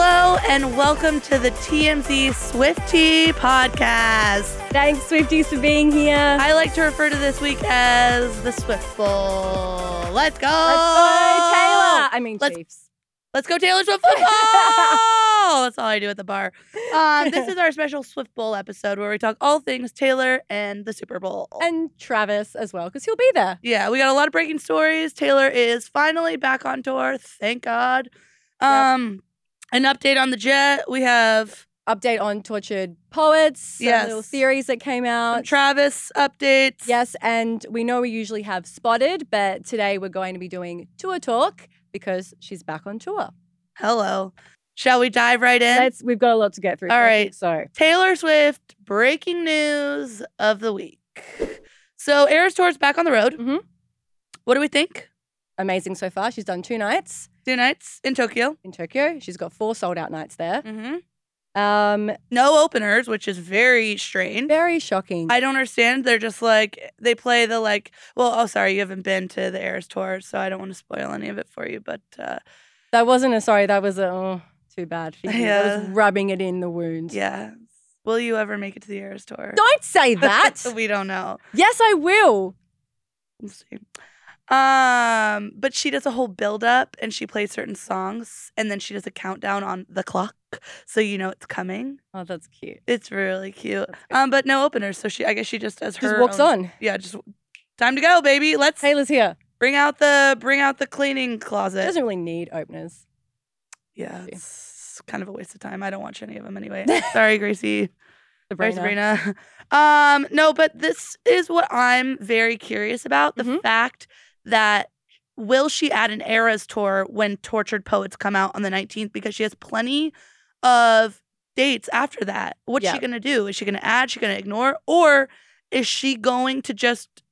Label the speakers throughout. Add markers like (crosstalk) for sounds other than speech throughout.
Speaker 1: and welcome to the TMZ Swifty podcast.
Speaker 2: Thanks, Swifties, for being here.
Speaker 1: I like to refer to this week as the Swift Bowl. Let's go,
Speaker 2: Let's go, Taylor. I mein
Speaker 1: Oh. Let's-
Speaker 2: Chiefs.
Speaker 1: Let's go, Taylor Swift (laughs) football. That's all I do at the bar. (laughs) Um, this is our special Swift Bowl episode where we talk all things Taylor and the Super Bowl.
Speaker 2: And Travis as well, because he'll be there.
Speaker 1: yeah, we got a lot of breaking stories. Taylor is finally back on tour. Thank God. Um, an update on the jet. We have
Speaker 2: Update on tortured poets. Some
Speaker 1: Yes.
Speaker 2: Little theories that came
Speaker 1: some
Speaker 2: out.
Speaker 1: um, Travis updates.
Speaker 2: yes, and we know we usually have spotted, but today we're going to be doing tour talk because she's back on tour.
Speaker 1: Hello. Shall we dive right in?
Speaker 2: That's we've got a lot to get through.
Speaker 1: All
Speaker 2: All
Speaker 1: right.
Speaker 2: right, so
Speaker 1: Taylor Swift breaking news of the week. So Eras Tour's back on the road.
Speaker 2: Mhm.
Speaker 1: What do we think?
Speaker 2: amazing so far. She's done two nights
Speaker 1: Two nights in Tokyo.
Speaker 2: in Tokyo. She's got four sold out nights there.
Speaker 1: Mm-hmm.
Speaker 2: Um,
Speaker 1: No openers, which is very strange.
Speaker 2: very shocking.
Speaker 1: I don't understand. They're just like they play the like. Well, oh, sorry, you haven't been to the Eras Tour, so I don't want to spoil any of it for you. But uh,
Speaker 2: that wasn't a sorry. That was a oh, too bad for you. That
Speaker 1: (laughs)
Speaker 2: was
Speaker 1: Yeah.
Speaker 2: rubbing it in the wound.
Speaker 1: yeah, will you ever make it to the Eras Tour?
Speaker 2: (laughs) Don't say (laughs) that.
Speaker 1: (laughs) we don't know.
Speaker 2: yes, I will.
Speaker 1: We'll see. Um, but she does a whole build up and she plays certain songs and then she does a countdown on the clock so you know it's coming.
Speaker 2: Oh, that's cute.
Speaker 1: It's really cute.
Speaker 2: That's good.
Speaker 1: Um, but no openers, so she I guess she just does her
Speaker 2: Just walks
Speaker 1: own-
Speaker 2: on.
Speaker 1: Yeah, just time to go, baby. Let's
Speaker 2: Taylor's here.
Speaker 1: bring out the bring out the cleaning closet.
Speaker 2: Doesn't really need openers.
Speaker 1: yeah,
Speaker 2: see.
Speaker 1: it's kind of a waste of time. I don't watch any of them
Speaker 2: (laughs)
Speaker 1: anyway. Sorry, Gracie. Sorry,
Speaker 2: Sabrina.
Speaker 1: Sabrina. (laughs) Um, no, but this is what I'm very curious about. The
Speaker 2: Mhm.
Speaker 1: fact that will she add an eras tour when tortured poets come out on the 19th? Because she has plenty of dates after that. What's she
Speaker 2: Yeah.
Speaker 1: gonna do? Is she gonna add? She gonna ignore? Or is she going to just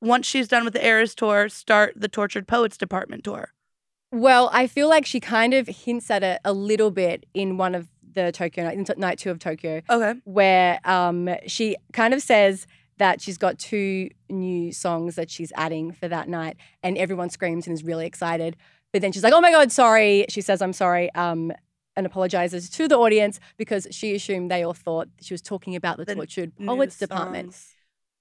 Speaker 1: once she's done with the eras tour, start the tortured poets department tour?
Speaker 2: Well, I feel like she kind of hints at it a little bit in one of the Tokyo night, in t- night two of Tokyo,
Speaker 1: Okay.
Speaker 2: where um, she kind of says that she's got two new songs that she's adding for that night, and everyone screams and is really excited. But then she's like, "Oh my god, sorry!" She says, "I'm sorry," um, and apologizes to the audience because she assumed they all thought she was talking about the,
Speaker 1: The
Speaker 2: tortured
Speaker 1: New
Speaker 2: poets department.
Speaker 1: songs.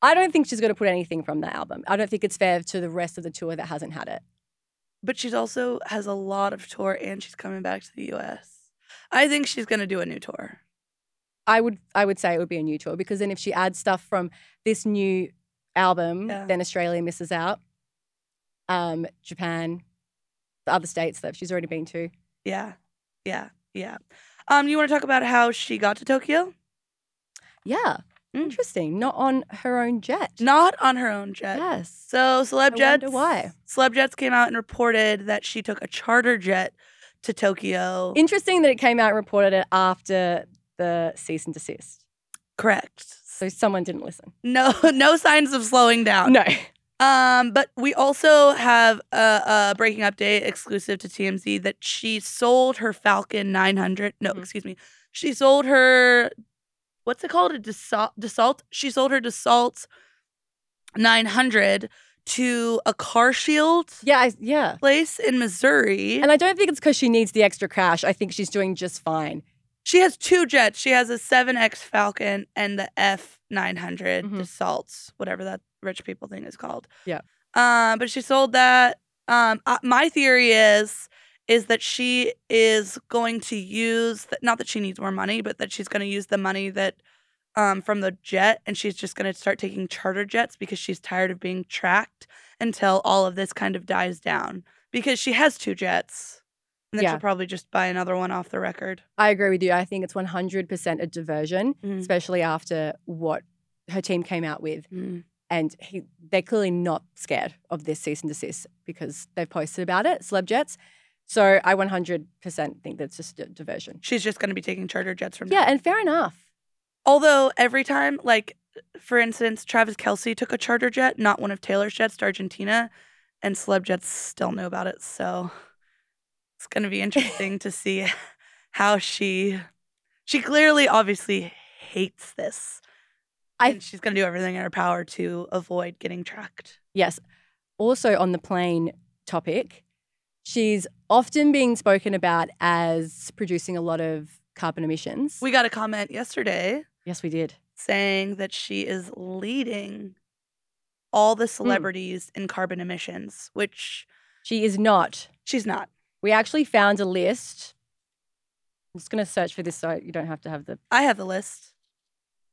Speaker 2: I don't think she's going to put anything from that album. I don't think it's fair to the rest of the tour that hasn't had it.
Speaker 1: but she's also has a lot of tour and she's coming back to the US. I think she's going to do a new tour.
Speaker 2: I would I would say it would be a new tour because then if she adds stuff from this new album,
Speaker 1: Yeah.
Speaker 2: then Australia misses out. Um, Japan, the other states that she's already been to.
Speaker 1: Yeah. Yeah. Yeah. Um you want to talk about how she got to Tokyo?
Speaker 2: Yeah,
Speaker 1: Mm.
Speaker 2: interesting. Not on her own jet.
Speaker 1: Not on her own jet.
Speaker 2: Yes.
Speaker 1: So
Speaker 2: I
Speaker 1: celeb jets
Speaker 2: wonder why.
Speaker 1: Celeb jets came out and reported that she took a charter jet to Tokyo.
Speaker 2: Interesting that it came out and reported it after the cease and desist.
Speaker 1: Correct.
Speaker 2: So someone didn't listen.
Speaker 1: No (laughs) no signs of slowing down.
Speaker 2: No. (laughs)
Speaker 1: Um, but we also have a, a breaking update exclusive to TMZ that she sold her Falcon 900. No,
Speaker 2: Mhm.
Speaker 1: excuse me. She sold her, what's it called? A Dassault? Dassault? She sold her Dassault 900 to a car shield
Speaker 2: Yeah. I, yeah.
Speaker 1: place in Missouri.
Speaker 2: And I don't think it's because she needs the extra cash. I think she's doing just fine.
Speaker 1: she has two jets. She has a 7X Falcon and the F900
Speaker 2: Mhm.
Speaker 1: Dassaults, whatever that rich people thing is called.
Speaker 2: Yeah.
Speaker 1: Um, but she sold that. Um, uh, my theory is is that she is going to use th- not that she needs more money, but that she's going to use the money that um, from the jet, and she's just going to start taking charter jets because she's tired of being tracked until all of this kind of dies down. Because she has two jets, and then
Speaker 2: Yeah.
Speaker 1: she'll probably just buy another one off the record.
Speaker 2: I agree with you. I think it's 100% a diversion,
Speaker 1: Mhm.
Speaker 2: especially after what her team came out with. And he, they're clearly not scared of this cease and desist because they've posted about it, celeb jets. So I 100% think that's just a diversion.
Speaker 1: She's just going to be taking charter jets from
Speaker 2: Yeah,
Speaker 1: now.
Speaker 2: and fair enough.
Speaker 1: Although every time, like for instance, Travis Kelsey took a charter jet, not one of Taylor's jets, to Argentina, and celeb jets still knew about it. So it's going to be
Speaker 2: (laughs)
Speaker 1: interesting to see how she she clearly obviously hates this.
Speaker 2: I-
Speaker 1: and she's going to do everything in her power to avoid getting tracked.
Speaker 2: Yes. Also on the plane topic, she's often being spoken about as producing a lot of carbon emissions.
Speaker 1: We got a comment yesterday
Speaker 2: yes, we did.
Speaker 1: saying that she is leading all the celebrities in carbon emissions, which
Speaker 2: She is not.
Speaker 1: she's not.
Speaker 2: We actually found a list. I'm just going to search for this so you don't have to have the.
Speaker 1: I have the list.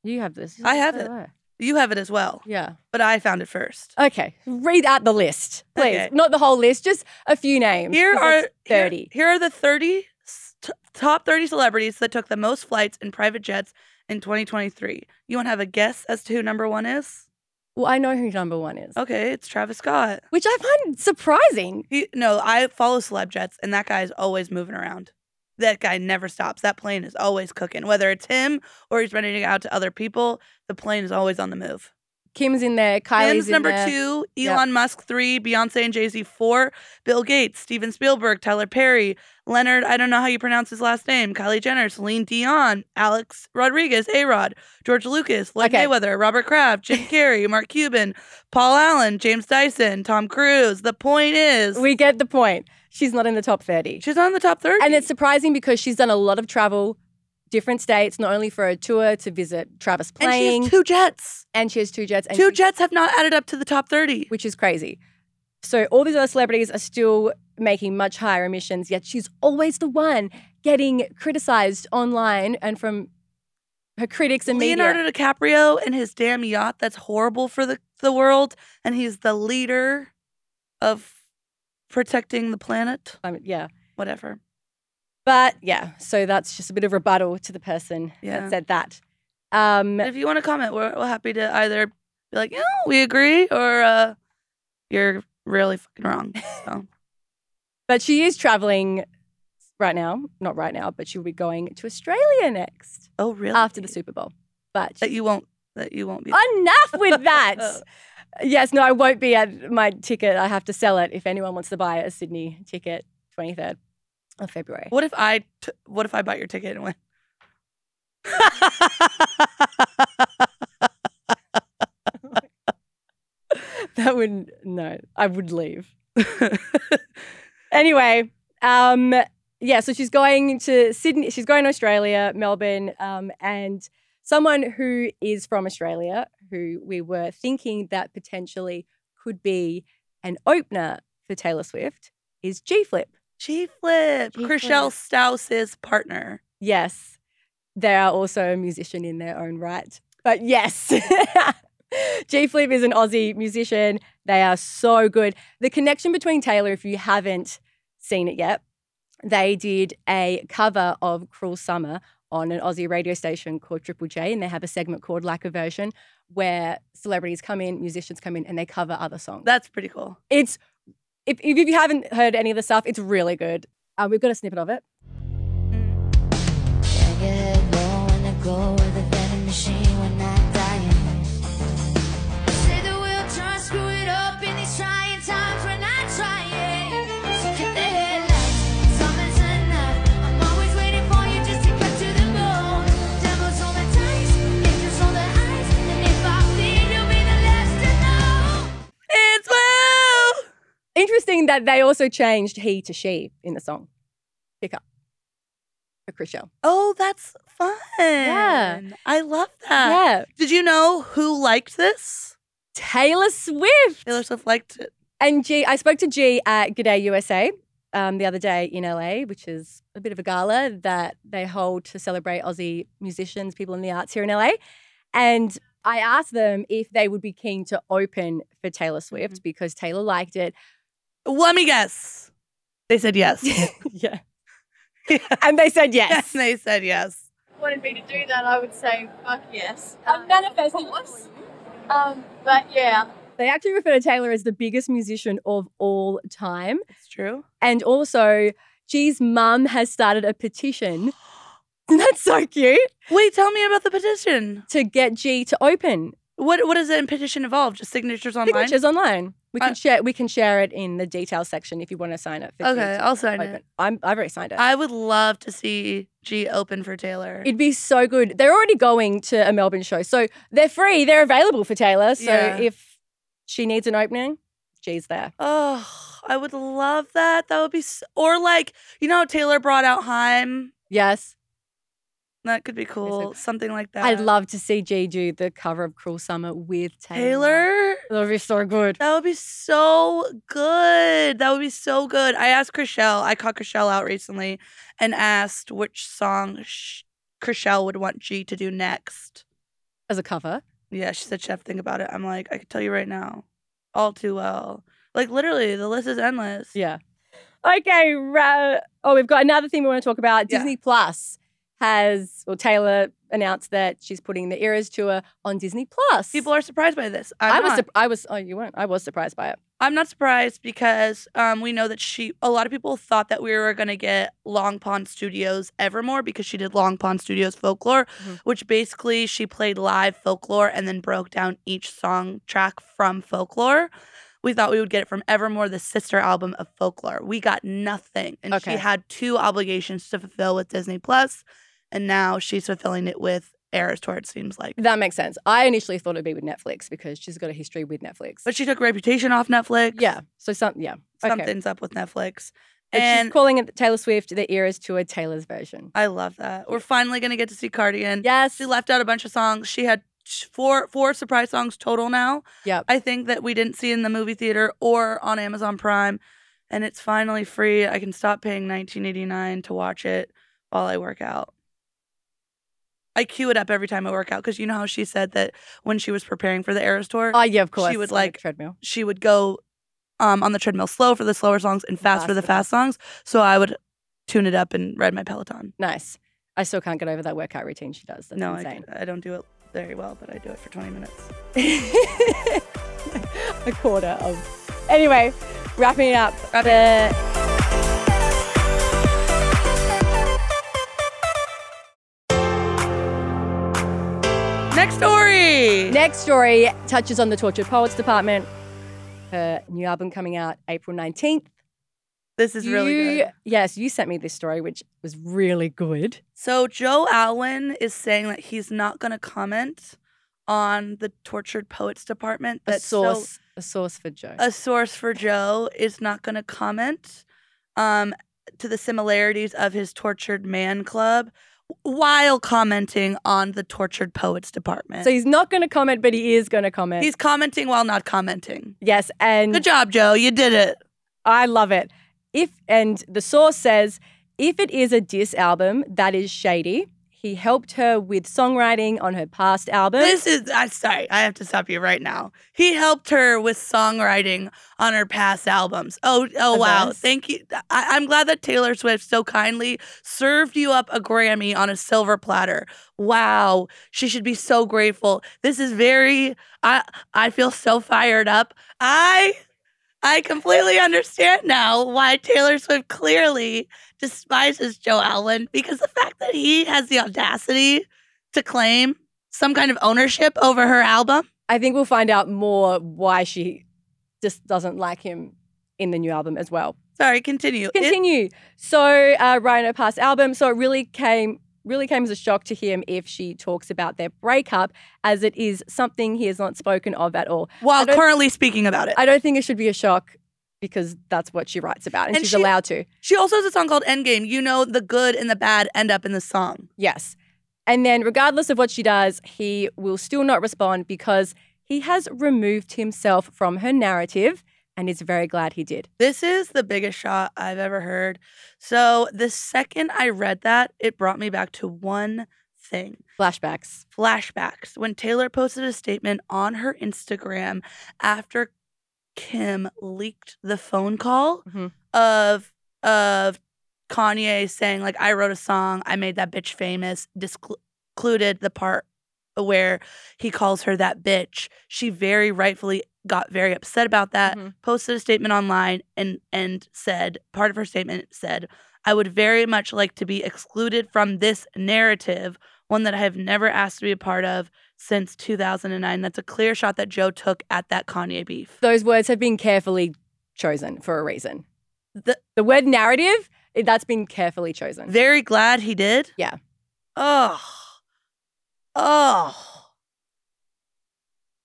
Speaker 2: You have this.
Speaker 1: I have Oh,
Speaker 2: So
Speaker 1: it.
Speaker 2: do I.
Speaker 1: You have it as well,
Speaker 2: Yeah.
Speaker 1: but I found it first.
Speaker 2: Okay. Read out the list, please.
Speaker 1: Okay.
Speaker 2: Not the whole list, just a few names.
Speaker 1: Here
Speaker 2: 'cause
Speaker 1: are
Speaker 2: that's 30.
Speaker 1: Here, here are the 30 s- t- top 30 celebrities that took the most flights in private jets in 2023. You want to have a guess as to who number 1 is?
Speaker 2: Well, I know who number one is,
Speaker 1: Okay, it's Travis Scott.
Speaker 2: which I find surprising.
Speaker 1: He no, I follow celeb jets and that guy is always moving around. That guy never stops. That plane is always cooking. Whether it's him or he's renting it out to other people, the plane is always on the move.
Speaker 2: Kim's in there. Kylie's
Speaker 1: Kim's
Speaker 2: in
Speaker 1: number
Speaker 2: there.
Speaker 1: two,
Speaker 2: Yep.
Speaker 1: Elon Musk three, Beyonce and Jay Z four, Bill Gates, Steven Spielberg, Tyler Perry, Leonard, I don't know how you pronounce his last name, Kylie Jenner, Celine Dion, Alex Rodriguez, A Rod, George Lucas, Floyd
Speaker 2: Okay.
Speaker 1: Mayweather, Robert Kraft,
Speaker 2: (laughs)
Speaker 1: Jim Carrey, Mark Cuban, Paul Allen, James Dyson, Tom Cruise. The point is,
Speaker 2: We get the point. She's not in the top 30.
Speaker 1: she's on the top 30.
Speaker 2: And it's surprising because she's done a lot of travel, different states, not only for a tour to visit Travis
Speaker 1: And she has
Speaker 2: playing,
Speaker 1: two jets.
Speaker 2: and she has two jets, and
Speaker 1: two
Speaker 2: she-
Speaker 1: jets have not added up to the top 30.
Speaker 2: which is crazy. So all these other celebrities are still making much higher emissions, yet she's always the one getting criticized online and from her critics and media.
Speaker 1: Leonardo DiCaprio and his damn yacht that's horrible for the, the world, and he's the leader of protecting the planet.
Speaker 2: Um, yeah,
Speaker 1: Whatever.
Speaker 2: but yeah, so that's just a bit of rebuttal to the person
Speaker 1: Yeah.
Speaker 2: that said that. Um,
Speaker 1: And if you want to comment, we're, we're happy to either be like, yeah, we agree, or uh, you're really fucking
Speaker 2: (laughs)
Speaker 1: wrong. So
Speaker 2: But she is traveling right now, not right now, but she'll be going to Australia next
Speaker 1: oh really?
Speaker 2: after the Super Bowl. But
Speaker 1: that you won't that you won't be.
Speaker 2: enough with that. (laughs) yes, no, I won't be at my ticket. I have to sell it if anyone wants to buy a Sydney ticket, 23rd of
Speaker 1: (laughs)
Speaker 2: February.
Speaker 1: What if I t- what if I bought your ticket and went?
Speaker 2: (laughs) That would, no, I would leave. (laughs) Anyway, um, yeah, so she's going to Sydney, she's going to Australia, Melbourne, um, and someone who is from Australia, who we were thinking that potentially could be an opener for Taylor Swift, is G Flip.
Speaker 1: G Flip,
Speaker 2: G
Speaker 1: Chriselle Staus's partner.
Speaker 2: Yes, they are also a musician in their own right, but yes. (laughs) G Flip is an Aussie musician. They are so good. The connection between Taylor, if you haven't seen it yet, they did a cover of Cruel Summer on an Aussie radio station called Triple J, and they have a segment called Like a Version where celebrities come in, musicians come in, and they cover other songs.
Speaker 1: That's pretty cool.
Speaker 2: It's, if, if you haven't heard any of the stuff, it's really good. Uh, we've got a snippet of it.
Speaker 3: Gotta get head low in the glow of the vending machine. We're not dying. Say that we'll try and screw it up in these trying times. We're not trying. So get the headlights. Summer's enough. I'm always waiting for you just to cut to the bone. Devil's on the dice. Angels on the ice. And if I bleed, you'll be the last to know.
Speaker 1: It's woo.
Speaker 2: Interesting that they also changed he to she in the song. Pick up for Chriselle.
Speaker 1: Oh, that's fun.
Speaker 2: Yeah.
Speaker 1: I love that.
Speaker 2: yeah.
Speaker 1: Did you know who liked this?
Speaker 2: Taylor Swift.
Speaker 1: Taylor Swift liked it.
Speaker 2: And G, I spoke to G at Good Day USA um, the other day in LA, which is a bit of a gala that they hold to celebrate Aussie musicians, people in the arts here in LA. And I asked them if they would be keen to open for Taylor Swift because Taylor liked it.
Speaker 1: Let me guess. They said (laughs) yes.
Speaker 2: (laughs) yeah. And they said (laughs) yes.
Speaker 1: they said yes.
Speaker 4: wanted me to do that, I would say fuck yes.
Speaker 2: I'm manifesting it for
Speaker 4: Um, but yeah,
Speaker 2: They actually refer to Taylor as the biggest musician of all time.
Speaker 1: It's true.
Speaker 2: And also, G's mum has started a petition. (gasps) Isn't that so cute?
Speaker 1: Wait, tell me about the petition.
Speaker 2: To get G to open
Speaker 1: What what does the petition involve? Just signatures online?
Speaker 2: signatures online. We can
Speaker 1: Uh,
Speaker 2: share we can share it in the details section if you want to sign up for G
Speaker 1: Okay,
Speaker 2: to
Speaker 1: I'll sign
Speaker 2: open.
Speaker 1: it.
Speaker 2: I'm I've already signed it.
Speaker 1: I would love to see G open for Taylor.
Speaker 2: It'd be so good. They're already going to a Melbourne show. So they're free. They're available for Taylor. So
Speaker 1: Yeah.
Speaker 2: if she needs an opening, G's there.
Speaker 1: Oh, I would love that. That would be, s or like, you know, how Taylor brought out Heim
Speaker 2: Yes.
Speaker 1: That could be cool. Something like that.
Speaker 2: I'd love to see G do the cover of Cruel Summer with Taylor.
Speaker 1: Taylor.
Speaker 2: That would be so good.
Speaker 1: That would be so good. That would be so good. I asked Chriselle, I caught Chriselle out recently and asked which song sh- Chriselle would want G to do next.
Speaker 2: As a cover.
Speaker 1: Yeah, she said, Chef, think about it. I'm like, I can tell you right now, all too well. Like, literally, the list is endless.
Speaker 2: Yeah. Okay. Ra- oh, we've got another thing we want to talk about.
Speaker 1: Yeah.
Speaker 2: Disney Plus has, well, Taylor announced that she's putting the Eras tour on Disney Plus.
Speaker 1: People are surprised by this. I'm
Speaker 2: I was,
Speaker 1: not.
Speaker 2: surp- I was, oh, you weren't. I was surprised by it.
Speaker 1: I'm not surprised because um, we know that she. A lot of people thought that we were going to get Long Pond Studios Evermore because she did Long Pond Studios Folklore,
Speaker 2: Mhm.
Speaker 1: which basically she played live folklore and then broke down each song track from folklore. We thought we would get it from Evermore, the sister album of folklore. We got nothing, and
Speaker 2: Okay.
Speaker 1: she had two obligations to fulfill with Disney Plus, and now she's fulfilling it with Eras Tour. It seems like,
Speaker 2: That makes sense. I initially thought it'd be with Netflix because she's got a history with Netflix.
Speaker 1: but she took Reputation off Netflix.
Speaker 2: yeah. So some, yeah. Okay.
Speaker 1: something's up with Netflix.
Speaker 2: But
Speaker 1: And
Speaker 2: she's calling it Taylor Swift the Eras tour Taylor's version.
Speaker 1: I love that. We're finally gonna get to see Cardigan.
Speaker 2: Yes.
Speaker 1: She left out a bunch of songs. She had sh- four four surprise songs total now.
Speaker 2: Yep.
Speaker 1: I think that we didn't see in the movie theater or on Amazon Prime, and it's finally free. I can stop paying 19.89 to watch it while I work out. I queue it up every time I work out because you know how she said that when she was preparing for the Eras tour,
Speaker 2: Oh yeah, of course.
Speaker 1: would
Speaker 2: on the
Speaker 1: like-
Speaker 2: treadmill.
Speaker 1: she would go um, on the treadmill slow for the slower songs and fast, for the fast songs. So I would tune it up and ride my Peloton.
Speaker 2: Nice. I still can't get over that workout routine she does. That's
Speaker 1: no,
Speaker 2: insane.
Speaker 1: I, I don't do it very well, but I do it for 20 minutes.
Speaker 2: a quarter of. Anyway, wrapping it up. the-
Speaker 1: Next story.
Speaker 2: Next story touches on the Tortured Poets Department. Her new album coming out April 19th.
Speaker 1: this is really
Speaker 2: You-
Speaker 1: good.
Speaker 2: Yes, you sent me this story, which was really good.
Speaker 1: So Joe Alwyn is saying that he's not going to comment on the tortured poets department.
Speaker 2: A
Speaker 1: That's
Speaker 2: source, a source for Joe.
Speaker 1: a source for Joe is not going to comment um, to the similarities of his tortured man club while commenting on the tortured poets department.
Speaker 2: so he's not going to comment, but he is going to comment.
Speaker 1: he's commenting while not commenting.
Speaker 2: yes, and
Speaker 1: Good job, Joe. You did it.
Speaker 2: I love it. If and the source says if it is a diss album, that is shady. He helped her with songwriting on her past album.
Speaker 1: This is, I'm sorry, I have to stop you right now. He helped her with songwriting on her past albums. Oh, oh wow.
Speaker 2: Nice.
Speaker 1: Thank you. I, I'm glad that Taylor Swift so kindly served you up a Grammy on a silver platter. Wow. She should be so grateful. This is very, I, I feel so fired up. I, I completely understand now why Taylor Swift clearly despises Joe Allen because the fact that he has the audacity to claim some kind of ownership over her album.
Speaker 2: I think we'll find out more why she just doesn't like him in the new album as well.
Speaker 1: Sorry, continue. It-
Speaker 2: Continue. so uh, Ryan, her past album. So it really came really came as a shock to him if she talks about their breakup, as it is something he has not spoken of at all. I
Speaker 1: while
Speaker 2: don't-
Speaker 1: currently speaking about it.
Speaker 2: I don't think it should be a shock because that's what she writes about, and,
Speaker 1: And
Speaker 2: she's
Speaker 1: she-
Speaker 2: allowed to.
Speaker 1: she also has a song called Endgame. You know, the good and the bad end up in the song.
Speaker 2: Yes. And then, regardless of what she does, he will still not respond because he has removed himself from her narrative and is very glad he did.
Speaker 1: This is the biggest shot I've ever heard. So the second I read that, it brought me back to one thing.
Speaker 2: Flashbacks.
Speaker 1: flashbacks when Taylor posted a statement on her Instagram after Kim leaked the phone call
Speaker 2: Mhm.
Speaker 1: of of Kanye saying like I wrote a song, I made that bitch famous, disclu- included the part where he calls her that bitch. She very rightfully got very upset about that
Speaker 2: Mhm.
Speaker 1: posted a statement online and and said part of her statement said i would very much like to be excluded from this narrative one that i have never asked to be a part of since 2009 that's a clear shot that joe took at that kanye beef
Speaker 2: Those words have been carefully chosen for a reason.
Speaker 1: The-
Speaker 2: the word narrative, it- that's been carefully chosen.
Speaker 1: very glad he did
Speaker 2: Yeah.
Speaker 1: oh oh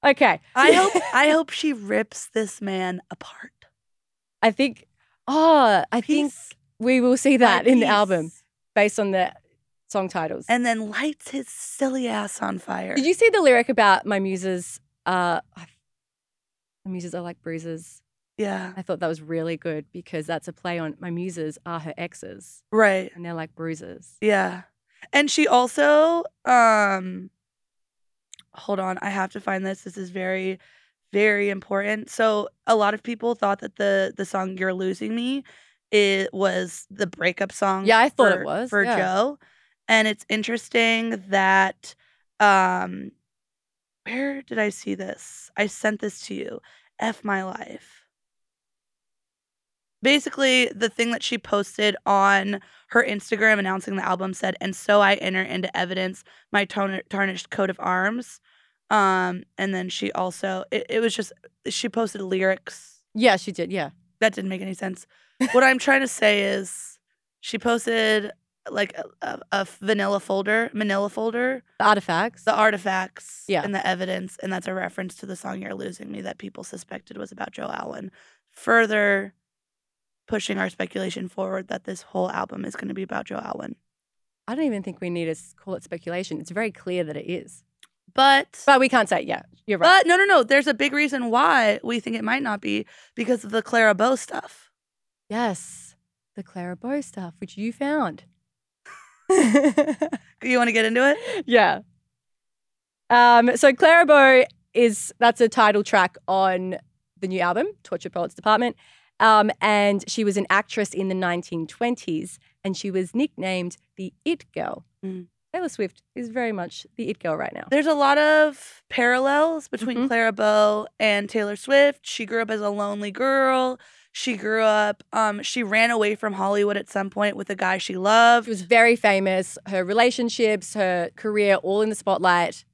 Speaker 2: okay.
Speaker 1: i hope
Speaker 2: (laughs)
Speaker 1: i hope she rips this man apart
Speaker 2: I think, oh, I think
Speaker 1: Piece
Speaker 2: we will see
Speaker 1: by
Speaker 2: that in the
Speaker 1: piece.
Speaker 2: album based on the song titles.
Speaker 1: and then lights his silly ass on fire.
Speaker 2: Did you see the lyric about my muses? Uh, I- my muses are like bruises.
Speaker 1: yeah.
Speaker 2: I thought that was really good because that's a play on my muses are her exes
Speaker 1: Right.
Speaker 2: and they're like bruises.
Speaker 1: Yeah. And she also um hold on, I have to find this. This is very very important. So a lot of people thought that the the song You're Losing Me it was the breakup song
Speaker 2: Yeah, I thought it
Speaker 1: for-
Speaker 2: was,
Speaker 1: for
Speaker 2: yeah.
Speaker 1: Joe. And it's interesting that um where did I see this? I sent this to you. F my life. Basically, the thing that she posted on her Instagram announcing the album said, "And so I enter into evidence my tarn- tarnished coat of arms." Um, and then she also it, it was just she posted lyrics
Speaker 2: Yeah, she did. Yeah.
Speaker 1: that didn't make any sense. what I'm trying to say is she posted like a, a, a vanilla folder, manila folder
Speaker 2: The artifacts.
Speaker 1: the artifacts
Speaker 2: Yeah.
Speaker 1: and the evidence, and that's a reference to the song "You're Losing Me" that people suspected was about Joe Alwyn, further pushing our speculation forward that this whole album is going to be about Joe Alwyn.
Speaker 2: I don't even think we need to s- call it speculation. It's very clear that it is.
Speaker 1: But
Speaker 2: But we can't say it. Yeah, you're right.
Speaker 1: but no no no, there's a big reason why we think it might not be because of the Clara Bow stuff.
Speaker 2: yes, the Clara Bow stuff, which you found.
Speaker 1: You want to get into it?
Speaker 2: yeah. Um, so Clara Bow is that's a title track on the new album, Torture Poets Department. Um, and she was an actress in the 1920s, and she was nicknamed the It Girl.
Speaker 1: Mm.
Speaker 2: Taylor Swift is very much the It Girl right now.
Speaker 1: There's a lot of parallels between
Speaker 2: Mhm.
Speaker 1: Clara Bow and Taylor Swift. She grew up as a lonely girl. She grew up. Um, she ran away from Hollywood at some point with a guy she loved.
Speaker 2: She was very famous. Her relationships, her career, all in the spotlight.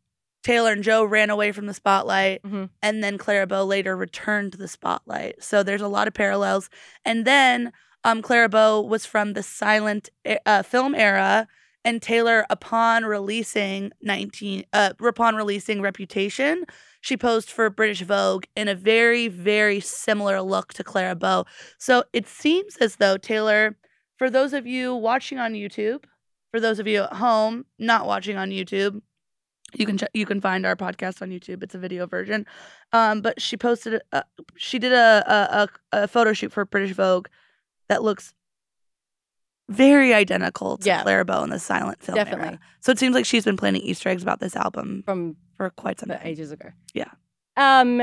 Speaker 1: Taylor and Joe ran away from the spotlight,
Speaker 2: Mhm.
Speaker 1: and then Clara Bow later returned to the spotlight. So there's a lot of parallels. And then um, Clara Bow was from the silent e- uh, film era, and Taylor, upon releasing 19, uh, upon releasing Reputation, she posed for British Vogue in a very, very similar look to Clara Bow. So it seems as though Taylor, for those of you watching on YouTube, for those of you at home not watching on YouTube, you can ch- you can find our podcast on YouTube. It's a video version. Um, but she posted a, she did a, a a a photo shoot for British Vogue that looks very identical to
Speaker 2: Yeah.
Speaker 1: Clara Bow in the silent film era.
Speaker 2: Definitely.
Speaker 1: So it seems like she's been planning Easter eggs about this album
Speaker 2: From
Speaker 1: for quite some
Speaker 2: but
Speaker 1: time.
Speaker 2: ages ago.
Speaker 1: Yeah.
Speaker 2: Um,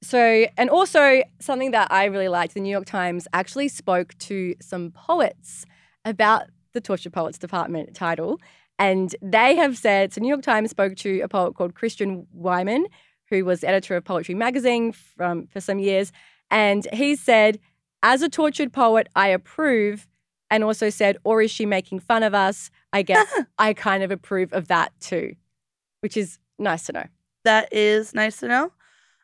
Speaker 2: so, and also something that I really liked, the New York Times actually spoke to some poets about the Torture Poets Department title. And they have said, so New York Times spoke to a poet called Christian Wyman, who was editor of Poetry Magazine from, for some years. And he said, as a tortured poet, I approve. And also said, or is she making fun of us? I guess I kind of approve of that too, which is nice to know.
Speaker 1: That is nice to know.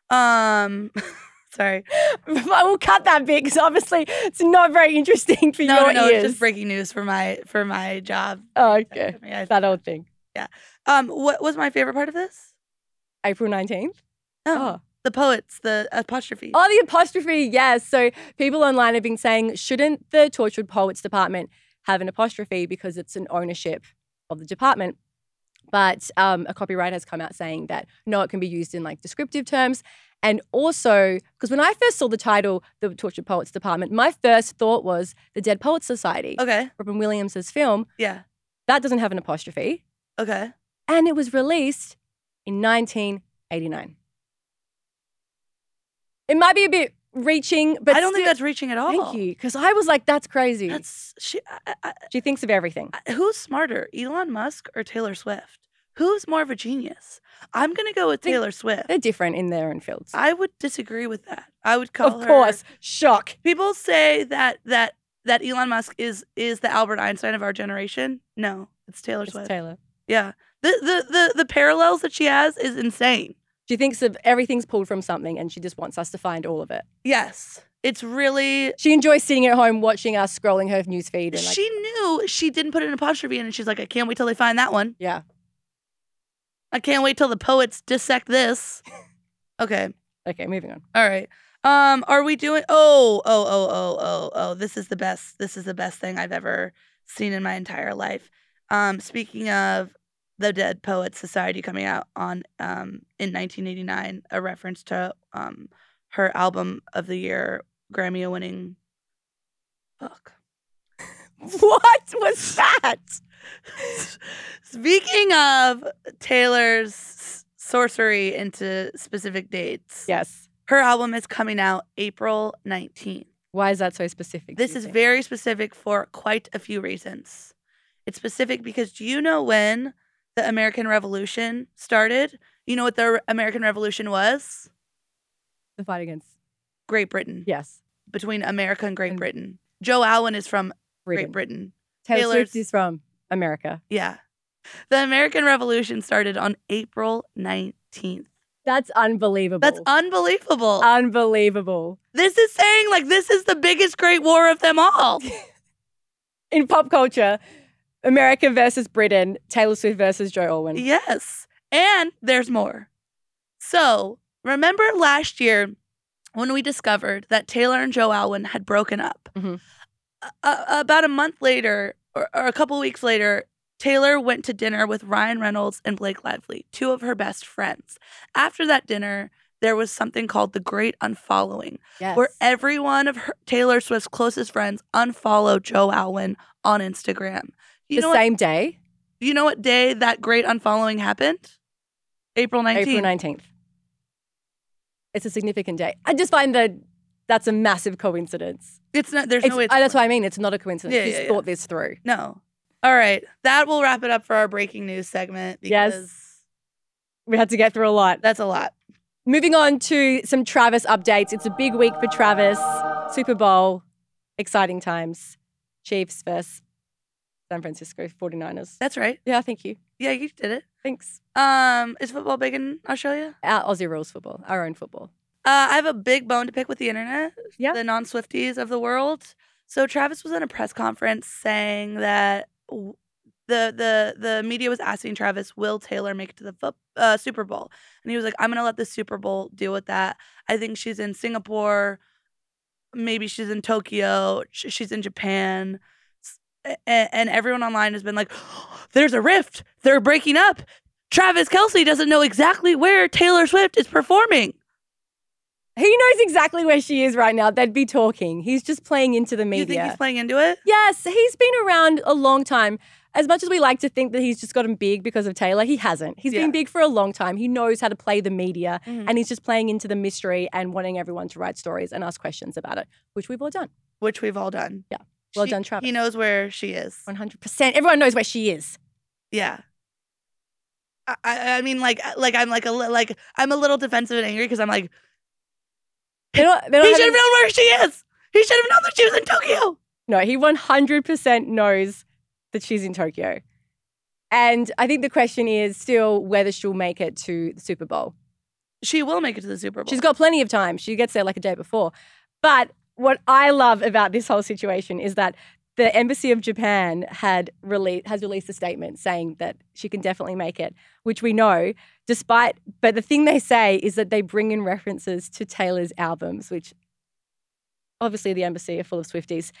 Speaker 1: Um, (laughs) sorry,
Speaker 2: (laughs) I will cut that bit because obviously it's not very interesting for
Speaker 1: no,
Speaker 2: your
Speaker 1: no, no,
Speaker 2: ears.
Speaker 1: it's just breaking news for my for my job.
Speaker 2: Oh, okay,
Speaker 1: Yeah.
Speaker 2: that old thing.
Speaker 1: Um, what was my favorite part of this?
Speaker 2: April nineteenth.
Speaker 1: Oh,
Speaker 2: Oh.
Speaker 1: the poets, the apostrophe.
Speaker 2: oh, the apostrophe. Yes. So people online have been saying, shouldn't the tortured poets department have an apostrophe because it's an ownership of the department? But um, a copyright has come out saying that no, it can be used in like descriptive terms. And also, because when I first saw the title, the Tortured Poets Department, my first thought was the Dead Poets Society,
Speaker 1: Okay.
Speaker 2: Robin Williams' film.
Speaker 1: Yeah.
Speaker 2: That doesn't have an apostrophe.
Speaker 1: Okay.
Speaker 2: and it was released in 1989. It might be a bit reaching, but
Speaker 1: I don't think
Speaker 2: still-
Speaker 1: that's reaching at all.
Speaker 2: Thank you, because I was like, "That's crazy."
Speaker 1: That's she. I, I,
Speaker 2: she thinks of everything.
Speaker 1: I- who's smarter, Elon Musk or Taylor Swift? Who's more of a genius? I'm gonna go with
Speaker 2: Think-
Speaker 1: Taylor Swift.
Speaker 2: They're different in their own fields,
Speaker 1: I would disagree with that. I would call
Speaker 2: of
Speaker 1: her.
Speaker 2: course. Shock.
Speaker 1: People say that that that Elon Musk is is the Albert Einstein of our generation. No, it's Taylor
Speaker 2: It's
Speaker 1: Swift.
Speaker 2: Taylor.
Speaker 1: Yeah. The, the the the parallels that she has is insane.
Speaker 2: She thinks of everything's pulled from something, and she just wants us to find all of it.
Speaker 1: Yes. It's really
Speaker 2: She enjoys sitting at home watching us scrolling her newsfeed and like,
Speaker 1: she knew she didn't put an apostrophe in and she's like, I can't wait till they find that one.
Speaker 2: yeah,
Speaker 1: I can't wait till the poets dissect
Speaker 2: (laughs)
Speaker 1: this. Okay.
Speaker 2: okay, moving on.
Speaker 1: All right. Um, are we doing oh, oh, oh, oh, oh, oh. This is the best this is the best thing I've ever seen in my entire life. Um, speaking of the Dead Poets Society coming out on um, in 1989, a reference to um, her album of the year Grammy winning (laughs) book.
Speaker 2: What was that?
Speaker 1: Speaking of Taylor's s- sorcery into specific dates,
Speaker 2: Yes.
Speaker 1: her album is coming out April 19th.
Speaker 2: Why is that so specific? do
Speaker 1: This
Speaker 2: you
Speaker 1: is
Speaker 2: think?
Speaker 1: very specific for quite a few reasons. It's specific because do you know when the American Revolution started? You know what the Re- American Revolution was?
Speaker 2: the fight against.
Speaker 1: Great Britain.
Speaker 2: Yes.
Speaker 1: Between America and Great
Speaker 2: And-
Speaker 1: Britain. Joe Alwyn is from
Speaker 2: Britain.
Speaker 1: Great Britain.
Speaker 2: Taylor Swift
Speaker 1: Taylor's-
Speaker 2: is from America.
Speaker 1: Yeah. The American Revolution started on April 19th.
Speaker 2: That's unbelievable.
Speaker 1: That's unbelievable.
Speaker 2: (laughs)
Speaker 1: Uh,
Speaker 2: unbelievable.
Speaker 1: this is saying like this is the biggest great war of them all.
Speaker 2: In pop culture, America versus Britain, Taylor Swift versus Joe Alwyn.
Speaker 1: Yes. And there's more. So, remember last year when we discovered that Taylor and Joe Alwyn had broken up?
Speaker 2: Mhm.
Speaker 1: A- a- about a month later, or, or a couple weeks later, Taylor went to dinner with Ryan Reynolds and Blake Lively, two of her best friends. After that dinner, there was something called the Great Unfollowing,
Speaker 2: Yes.
Speaker 1: where every one of her, Taylor Swift's closest friends unfollowed Joe Alwyn on Instagram. You
Speaker 2: the
Speaker 1: know what
Speaker 2: same day,
Speaker 1: you know what day that great unfollowing happened? April 19th.
Speaker 2: April 19th. It's a significant day. I just find that that's a massive coincidence.
Speaker 1: It's not, there's
Speaker 2: It's-
Speaker 1: no way. It's
Speaker 2: uh, that's what I mean. It's not a coincidence.
Speaker 1: Yeah,
Speaker 2: She's
Speaker 1: yeah, yeah.
Speaker 2: thought this through.
Speaker 1: No. All right. That will wrap it up for our breaking news segment
Speaker 2: Yes.
Speaker 1: because
Speaker 2: We had to get through a lot.
Speaker 1: that's a lot.
Speaker 2: Moving on to some Travis updates. It's a big week for Travis. Super Bowl, exciting times. Chiefs versus San Francisco 49ers.
Speaker 1: That's right.
Speaker 2: Yeah, thank you.
Speaker 1: Yeah, you did it.
Speaker 2: Thanks.
Speaker 1: Um, is football big in Australia?
Speaker 2: Our Aussie rules football, our own football.
Speaker 1: Uh, I have a big bone to pick with the internet,
Speaker 2: Yeah.
Speaker 1: the non Swifties of the world. So Travis was in a press conference saying that w- the the the media was asking Travis, "Will Taylor make it to the foot, uh, Super Bowl?" And he was like, "I'm gonna let the Super Bowl deal with that. I think she's in Singapore, maybe she's in Tokyo, sh- she's in Japan." S- a- a- And everyone online has been like, (gasps) "There's a rift. They're breaking up. Travis Kelsey doesn't know exactly where Taylor Swift is performing."
Speaker 2: He knows exactly where she is right now. They'd be talking. He's just playing into the media.
Speaker 1: You think he's playing into it?
Speaker 2: yes, he's been around a long time. As much as we like to think that he's just gotten big because of Taylor, he hasn't. He's
Speaker 1: Yeah.
Speaker 2: been big for a long time. He knows how to play the media
Speaker 1: Mhm.
Speaker 2: and he's just playing into the mystery and wanting everyone to write stories and ask questions about it, which we've all done.
Speaker 1: Which we've all done.
Speaker 2: Yeah. Well
Speaker 1: She-
Speaker 2: done, Travis.
Speaker 1: He knows where she is.
Speaker 2: 100%. Everyone knows where she is.
Speaker 1: Yeah. I, I I mean, like, uh, like I'm like a li- like I'm a little defensive and angry because I'm like
Speaker 2: They don't, they
Speaker 1: he
Speaker 2: don't
Speaker 1: should have
Speaker 2: have
Speaker 1: known
Speaker 2: any-
Speaker 1: where she is. He should have known that she was in Tokyo.
Speaker 2: No, he 100% knows that she's in Tokyo. And I think the question is still whether she'll make it to the Super Bowl.
Speaker 1: She will make it to the Super Bowl.
Speaker 2: She's got plenty of time. She gets there like a day before. But what I love about this whole situation is that the embassy of Japan had released has released a statement saying that she can definitely make it, which we know. Despite, but the thing they say is that they bring in references to Taylor's albums, which obviously the embassy are full of Swifties.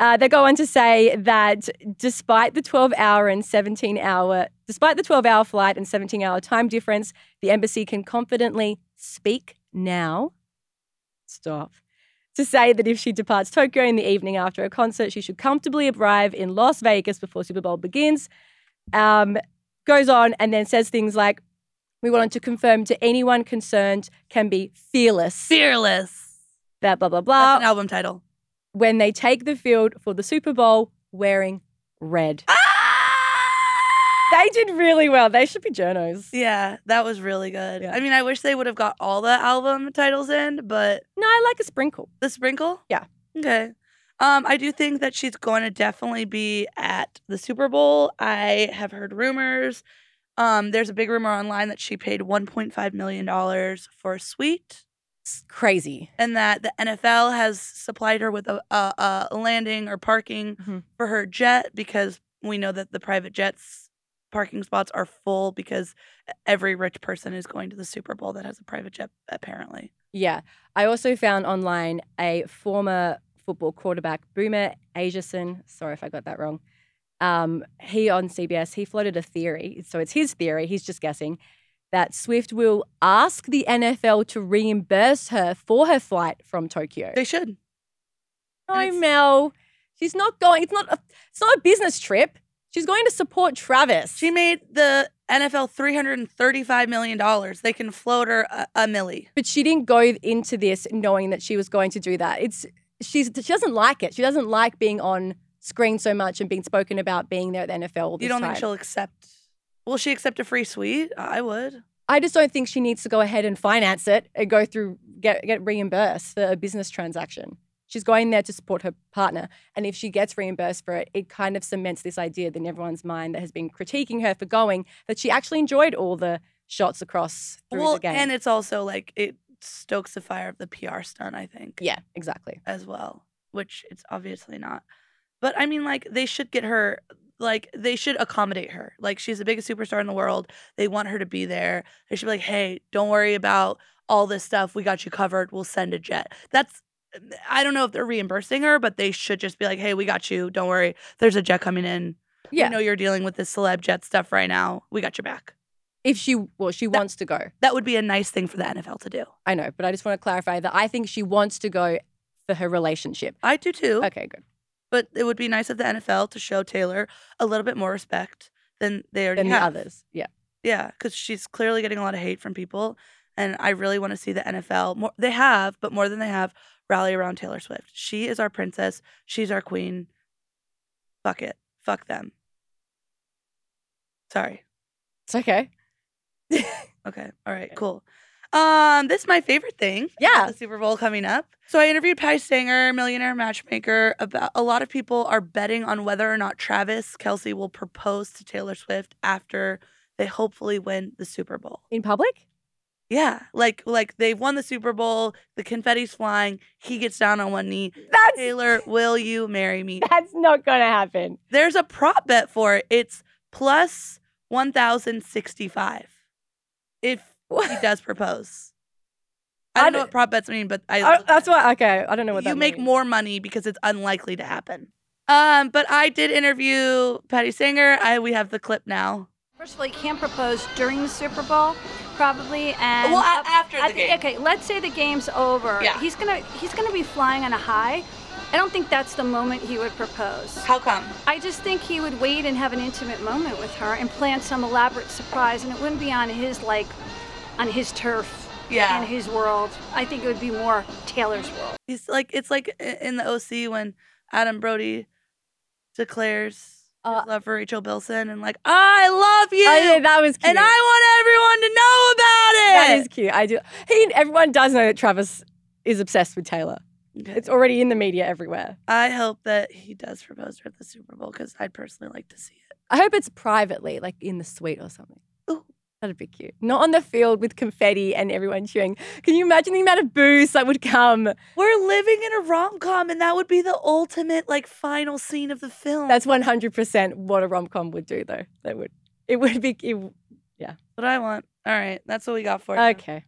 Speaker 2: Uh, they go on to say that despite the 12 hour and 17 hour, despite the 12 hour flight and 17 hour time difference, the embassy can confidently speak now. Stop. To say that if she departs Tokyo in the evening after a concert, she should comfortably arrive in Las Vegas before Super Bowl begins. Um, goes on and then says things like, We wanted to confirm to anyone concerned can be fearless.
Speaker 1: fearless.
Speaker 2: That blah, blah,
Speaker 1: That's
Speaker 2: blah.
Speaker 1: an album title.
Speaker 2: When they take the field for the Super Bowl wearing red.
Speaker 1: Ah!
Speaker 2: They did really well. They should be journos.
Speaker 1: Yeah, that was really good.
Speaker 2: Yeah.
Speaker 1: I mean, I wish they would have got all the album titles in, but
Speaker 2: No, I like a sprinkle.
Speaker 1: The sprinkle?
Speaker 2: Yeah.
Speaker 1: Okay. Um, I do think that she's going to definitely be at the Super Bowl. I have heard rumors. Um, there's a big rumor online that she paid $1.5 million for a suite
Speaker 2: It's crazy.
Speaker 1: and that the NFL has supplied her with a, a, a landing or parking
Speaker 2: Mhm.
Speaker 1: for her jet because we know that the private jets parking spots are full because e-, every rich person is going to the Super Bowl that has a private jet, apparently.
Speaker 2: Yeah. I also found online a former football quarterback, Boomer Asiason. Sorry if I got that wrong. um, he on CBS, he floated a theory. So it's his theory, he's just guessing, that Swift will ask the NFL to reimburse her for her flight from Tokyo.
Speaker 1: They should.
Speaker 2: No,
Speaker 1: it's-
Speaker 2: Mel. She's not going. It's not a, it's not a business trip. She's going to support Travis.
Speaker 1: She made the NFL three hundred and thirty-five million dollars. They can float her a, a milli.
Speaker 2: but she didn't go into this knowing that she was going to do that. It's she's she doesn't like it. She doesn't like being on screen so much and being spoken about being there at the NFL. All this
Speaker 1: You don't
Speaker 2: time.
Speaker 1: think she'll accept? Will she accept a free suite? I would.
Speaker 2: I just don't think she needs to go ahead and finance it and go through get get reimbursed for a business transaction. She's going there to support her partner, and if she gets reimbursed for it, it kind of cements this idea that in everyone's mind that has been critiquing her for going that she actually enjoyed all the shots across through
Speaker 1: Well,
Speaker 2: the game.
Speaker 1: and it's also like it stokes the fire of the PR stunt. I think.
Speaker 2: yeah, exactly.
Speaker 1: as well, which it's obviously not. But I mean, like, they should get her, like, they should accommodate her. Like, she's the biggest superstar in the world. They want her to be there. They should be like, hey, don't worry about all this stuff. We got you covered. We'll send a jet. That's, I don't know if they're reimbursing her, but they should just be like, hey, we got you. Don't worry. There's a jet coming in.
Speaker 2: Yeah,
Speaker 1: We know you're dealing with this celeb jet stuff right now. We got your back.
Speaker 2: if she well, she
Speaker 1: That-
Speaker 2: wants to go.
Speaker 1: That would be a nice thing for the NFL to do.
Speaker 2: I know, but I just want to clarify that I think she wants to go for her relationship.
Speaker 1: I do too.
Speaker 2: Okay, good.
Speaker 1: but it would be nice of the NFL to show Taylor a little bit more respect than they already
Speaker 2: Then the
Speaker 1: have.
Speaker 2: others, yeah.
Speaker 1: Yeah, because she's clearly getting a lot of hate from people, and I really want to see the NFL more. They have, but more than they have, rally around Taylor Swift. She is our princess. She's our queen. Fuck it. Fuck them. Sorry.
Speaker 2: It's okay.
Speaker 1: Okay. All right. Cool. Um, this is my favorite thing.
Speaker 2: Yeah.
Speaker 1: The Super Bowl coming up. So I interviewed Ty Stanger, millionaire matchmaker. About a lot of people are betting on whether or not Travis Kelsey will propose to Taylor Swift after they hopefully win the Super Bowl.
Speaker 2: In public?
Speaker 1: Yeah. Like like they've won the Super Bowl, the confetti's flying, he gets down on one knee.
Speaker 2: That's
Speaker 1: Taylor, will you marry me?
Speaker 2: that's not going to happen.
Speaker 1: There's a prop bet for it. It's plus one thousand sixty five. If he does propose. I
Speaker 2: I
Speaker 1: don't know
Speaker 2: d-
Speaker 1: what prop bets mean, but I,
Speaker 2: I, that's why. Okay, I don't know what
Speaker 1: you
Speaker 2: that
Speaker 1: make
Speaker 2: means.
Speaker 1: more money because it's unlikely to happen. Um, but I did interview Patty Sanger. I we have the clip now.
Speaker 5: First of all, you can't propose during the Super Bowl, probably, and
Speaker 1: Well, a- after
Speaker 5: I
Speaker 1: the
Speaker 5: think-
Speaker 1: game.
Speaker 5: Okay, let's say the game's over.
Speaker 1: Yeah.
Speaker 5: He's gonna he's gonna be flying on a high. I don't think that's the moment he would propose.
Speaker 1: How come?
Speaker 5: I just think he would wait and have an intimate moment with her and plan some elaborate surprise, and it wouldn't be on his like, on his turf.
Speaker 1: Yeah.
Speaker 5: In his world, I think it would be more Taylor's world.
Speaker 1: He's like it's like i- in the OC when Adam Brody declares
Speaker 2: Uh,
Speaker 1: his love for Rachel Bilson and like I love you
Speaker 2: I know, Oh, that was cute.
Speaker 1: and I want everyone to know about
Speaker 2: that
Speaker 1: it.
Speaker 2: is cute. I do. He, everyone does know that Travis is obsessed with Taylor.
Speaker 1: Okay.
Speaker 2: It's already in the media everywhere.
Speaker 1: I hope that he does propose her at the Super Bowl because I'd personally like to see it.
Speaker 2: I hope it's privately, like in the suite or something.
Speaker 1: Ooh.
Speaker 2: That'd be cute. Not on the field with confetti and everyone cheering. Can you imagine the amount of booze that would come?
Speaker 1: We're living in a rom com, and that would be the ultimate like final scene of the film.
Speaker 2: That's one hundred percent what a rom com would do, though. That would it would be it,
Speaker 1: what I want. All right, that's what we got for you.
Speaker 2: okay.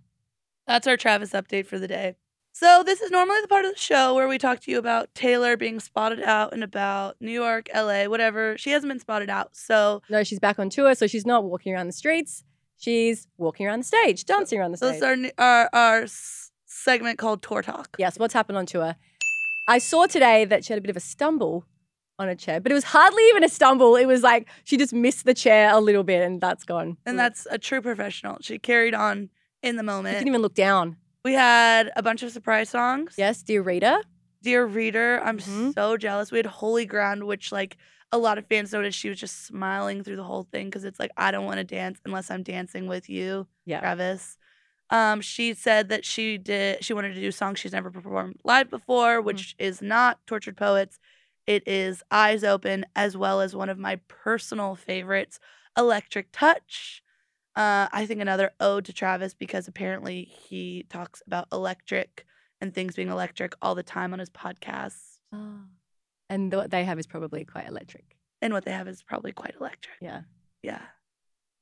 Speaker 1: That's our Travis update for the day. So, this is normally the part of the show where we talk to you about Taylor being spotted out and about New York, LA, whatever. She hasn't been spotted out. So,
Speaker 2: No, she's back on tour, so she's not walking around the streets. She's walking around the stage, dancing around the
Speaker 1: so
Speaker 2: stage.
Speaker 1: this is our, new- our, our s- segment called Tour Talk.
Speaker 2: Yes, what's happened on tour? I saw today that she had a bit of a stumble on a chair, but it was hardly even a stumble. It was like she just missed the chair a little bit, and that's gone.
Speaker 1: And that's a true professional. She carried on in the
Speaker 2: she
Speaker 1: moment.
Speaker 2: didn't even look down.
Speaker 1: We had a bunch of surprise songs.
Speaker 2: Yes, dear reader.
Speaker 1: Dear Reader, I'm
Speaker 2: Mhm.
Speaker 1: so jealous. We had Holy Ground, which like a lot of fans noticed she was just smiling through the whole thing because it's like, I don't want to dance unless I'm dancing with you,
Speaker 2: Yeah.
Speaker 1: Travis. Um, she said that she did she wanted to do songs she's never performed live before, which is not Tortured Poets. It is Eyes Open, as well as one of my personal favorites, Electric Touch. Uh, I think another ode to Travis because apparently he talks about electric and things being electric all the time on his podcast.
Speaker 2: (gasps) And what they have is probably quite electric.
Speaker 1: And what they have is probably quite electric.
Speaker 2: Yeah.
Speaker 1: Yeah.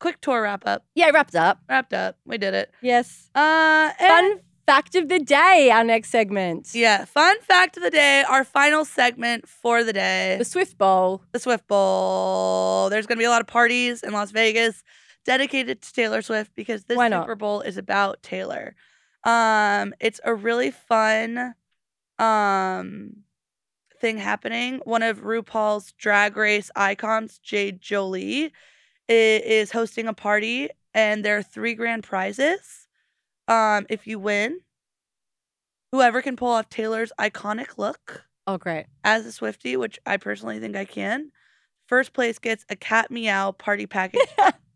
Speaker 1: Quick tour wrap up.
Speaker 2: Yeah, wrapped up.
Speaker 1: Wrapped up. We did it.
Speaker 2: Yes.
Speaker 1: Uh, and
Speaker 2: Fun fact of the day, our next segment.
Speaker 1: Yeah. Fun fact of the day, our final segment for the day
Speaker 2: The Swift Bowl.
Speaker 1: the Swift Bowl. There's going to be a lot of parties in Las Vegas dedicated to Taylor Swift because this
Speaker 2: Why not?
Speaker 1: Super Bowl is about Taylor. Um, it's a really fun um thing happening. One of RuPaul's drag race icons, Jade Jolie, i- is hosting a party and there are three grand prizes. Um, if you win, whoever can pull off Taylor's iconic look
Speaker 2: Oh, great.
Speaker 1: as a Swifty, which I personally think I can, first place gets a cat meow
Speaker 2: (laughs)
Speaker 1: party package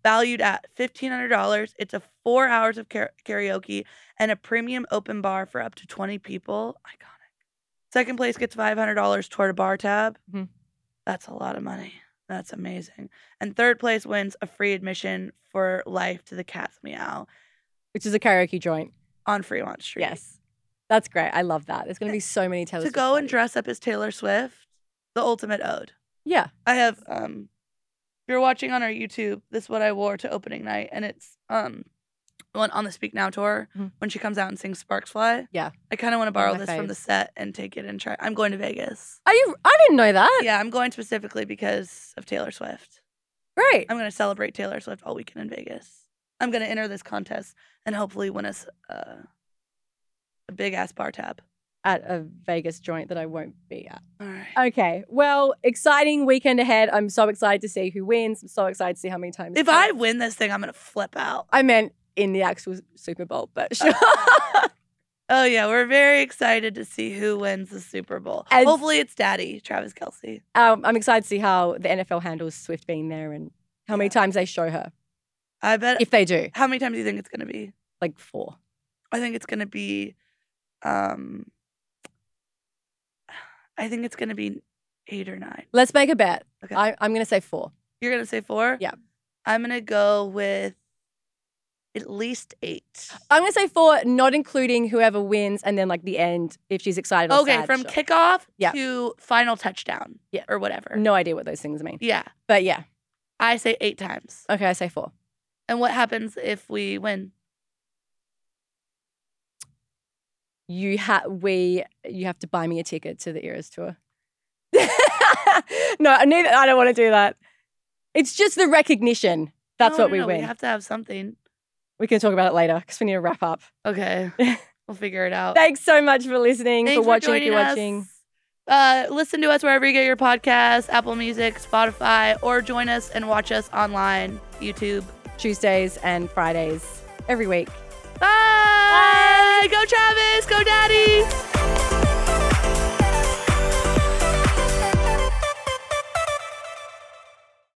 Speaker 1: valued at $1,500. It's a four hours of kara- karaoke and a premium open bar for up to 20 people. Iconic. Second place gets $500 toward a bar tab.
Speaker 2: Mhm.
Speaker 1: That's a lot of money. That's amazing. And third place wins a free admission for life to the Cat's Meow
Speaker 2: Which is a karaoke joint.
Speaker 1: on Fremont Street.
Speaker 2: Yes. That's great. I love that. There's going to be so many Taylor
Speaker 1: To
Speaker 2: Swift
Speaker 1: go and
Speaker 2: parties.
Speaker 1: dress up as Taylor Swift, the ultimate ode.
Speaker 2: Yeah.
Speaker 1: I have um if you're watching on our YouTube, this is what I wore to opening night and it's um on, on the Speak Now tour
Speaker 2: Mhm.
Speaker 1: when she comes out and sings Sparks Fly.
Speaker 2: Yeah.
Speaker 1: I kinda wanna borrow
Speaker 2: my
Speaker 1: this from the
Speaker 2: faves.
Speaker 1: set and take it and try I'm going to Vegas.
Speaker 2: Are you? I didn't know that.
Speaker 1: Yeah, I'm going specifically because of Taylor Swift.
Speaker 2: Great.
Speaker 1: I'm gonna celebrate Taylor Swift all weekend in Vegas. I'm gonna enter this contest and hopefully win us uh, a big ass bar tab.
Speaker 2: At a Vegas joint that I won't be at.
Speaker 1: All right.
Speaker 2: Okay. Well, exciting weekend ahead. I'm so excited to see who wins. I'm so excited to see how many times.
Speaker 1: if I win this thing, I'm gonna flip out.
Speaker 2: I meant in the actual Super Bowl, but sure. (laughs)
Speaker 1: Oh yeah, we're very excited to see who wins the Super Bowl.
Speaker 2: As-
Speaker 1: Hopefully, it's Daddy Travis Kelsey.
Speaker 2: um, I'm excited to see how the NFL handles Swift being there and how many times they show her.
Speaker 1: I bet.
Speaker 2: If they do,
Speaker 1: how many times do you think it's gonna be?
Speaker 2: like four.
Speaker 1: I think it's gonna be, um, I think it's gonna be eight or nine.
Speaker 2: Let's make a bet.
Speaker 1: Okay.
Speaker 2: I, I'm going to say four.
Speaker 1: You're gonna say four.
Speaker 2: Yeah.
Speaker 1: I'm gonna go with at least
Speaker 2: (gasps)
Speaker 1: eight.
Speaker 2: I'm going to say four, not including whoever wins and then like the end, if she's excited or
Speaker 1: Okay,
Speaker 2: sad,
Speaker 1: from
Speaker 2: sure.
Speaker 1: kickoff
Speaker 2: Yeah.
Speaker 1: to final touchdown.
Speaker 2: Yeah.
Speaker 1: or whatever.
Speaker 2: No idea what those things mean.
Speaker 1: Yeah,
Speaker 2: But yeah.
Speaker 1: I say eight times.
Speaker 2: Okay, I say four.
Speaker 1: And what happens if we win?
Speaker 2: you ha- we you have to buy me a ticket to the Eras tour. (laughs) no, I neither, I don't want to do that. It's just the recognition. That's
Speaker 1: No,
Speaker 2: what
Speaker 1: no,
Speaker 2: we
Speaker 1: no,
Speaker 2: win.
Speaker 1: We have to have something.
Speaker 2: we can talk about it later because we need to wrap up. (laughs)
Speaker 1: Okay. we'll figure it out.
Speaker 2: Thanks so much for listening,
Speaker 1: Thanks
Speaker 2: for watching. if
Speaker 1: joining
Speaker 2: you're
Speaker 1: us.
Speaker 2: watching,
Speaker 1: Uh, listen to us wherever you get your podcasts, Apple Music, Spotify, or join us and watch us online, YouTube.
Speaker 2: Tuesdays and Fridays every week.
Speaker 1: Bye! Go Travis! Go Daddy!